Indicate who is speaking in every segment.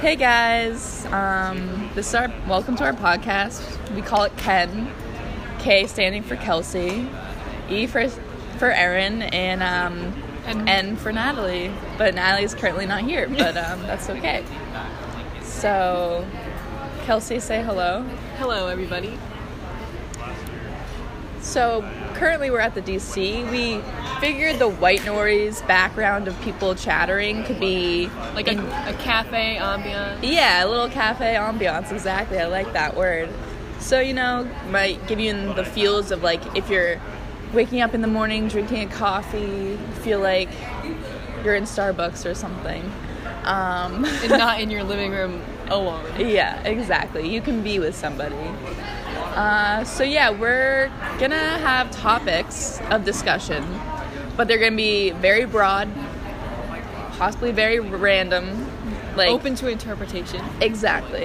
Speaker 1: Hey guys, um, this is our welcome to our podcast. We call it Ken. K standing for Kelsey, E for for Erin, and um,
Speaker 2: And-
Speaker 1: N for Natalie. But Natalie's currently not here, but um, that's okay. So, Kelsey, say hello.
Speaker 2: Hello, everybody.
Speaker 1: So currently we're at the DC. We figured the white noise background of people chattering could be
Speaker 2: Like a, a cafe ambiance.
Speaker 1: yeah, a little cafe ambiance. Exactly, I like that word. So you know, might give you in the feels of like if you're waking up in the morning, drinking a coffee, feel like you're in Starbucks or something. Um,
Speaker 2: and not in your living room alone.
Speaker 1: yeah, exactly. You can be with somebody. Uh, so yeah, we're gonna have topics of discussion, but they're gonna be very broad, possibly very random, like
Speaker 2: Open to interpretation.
Speaker 1: exactly.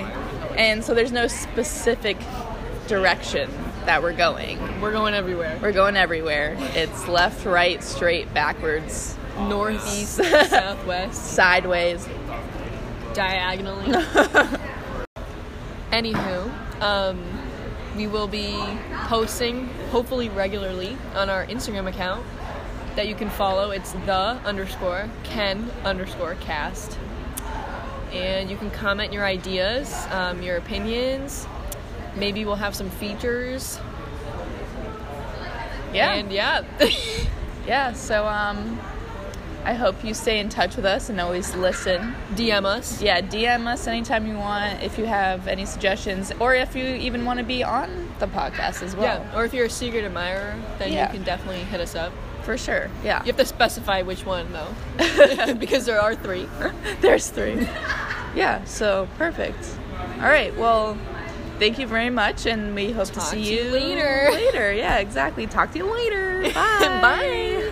Speaker 1: And so there's no specific direction that we're going.
Speaker 2: We're going everywhere.
Speaker 1: We're going everywhere. It's left, right, straight, backwards,
Speaker 2: North, east, southwest,
Speaker 1: sideways.
Speaker 2: diagonally. Anywho, um, we will be posting, hopefully regularly, on our Instagram account that you can follow. It's the underscore Ken underscore cast. And you can comment your ideas, um, your opinions. Maybe we'll have some features.
Speaker 1: Yeah.
Speaker 2: And yeah.
Speaker 1: yeah so um i hope you stay in touch with us and always listen
Speaker 2: DM us.
Speaker 1: yeah dm us anytime you want if you have any suggestions or if you even want to be on the podcast as well
Speaker 2: Yeah. Or if you're a secret admirer, then
Speaker 1: Yeah.
Speaker 2: you can definitely hit us up.
Speaker 1: for sure yeah
Speaker 2: You have to specify which one, though, because there are three.
Speaker 1: there's three yeah so perfect all right well thank you very much and we hope to
Speaker 2: Talk
Speaker 1: see
Speaker 2: to you later.
Speaker 1: later yeah exactly talk to you later bye
Speaker 2: Bye.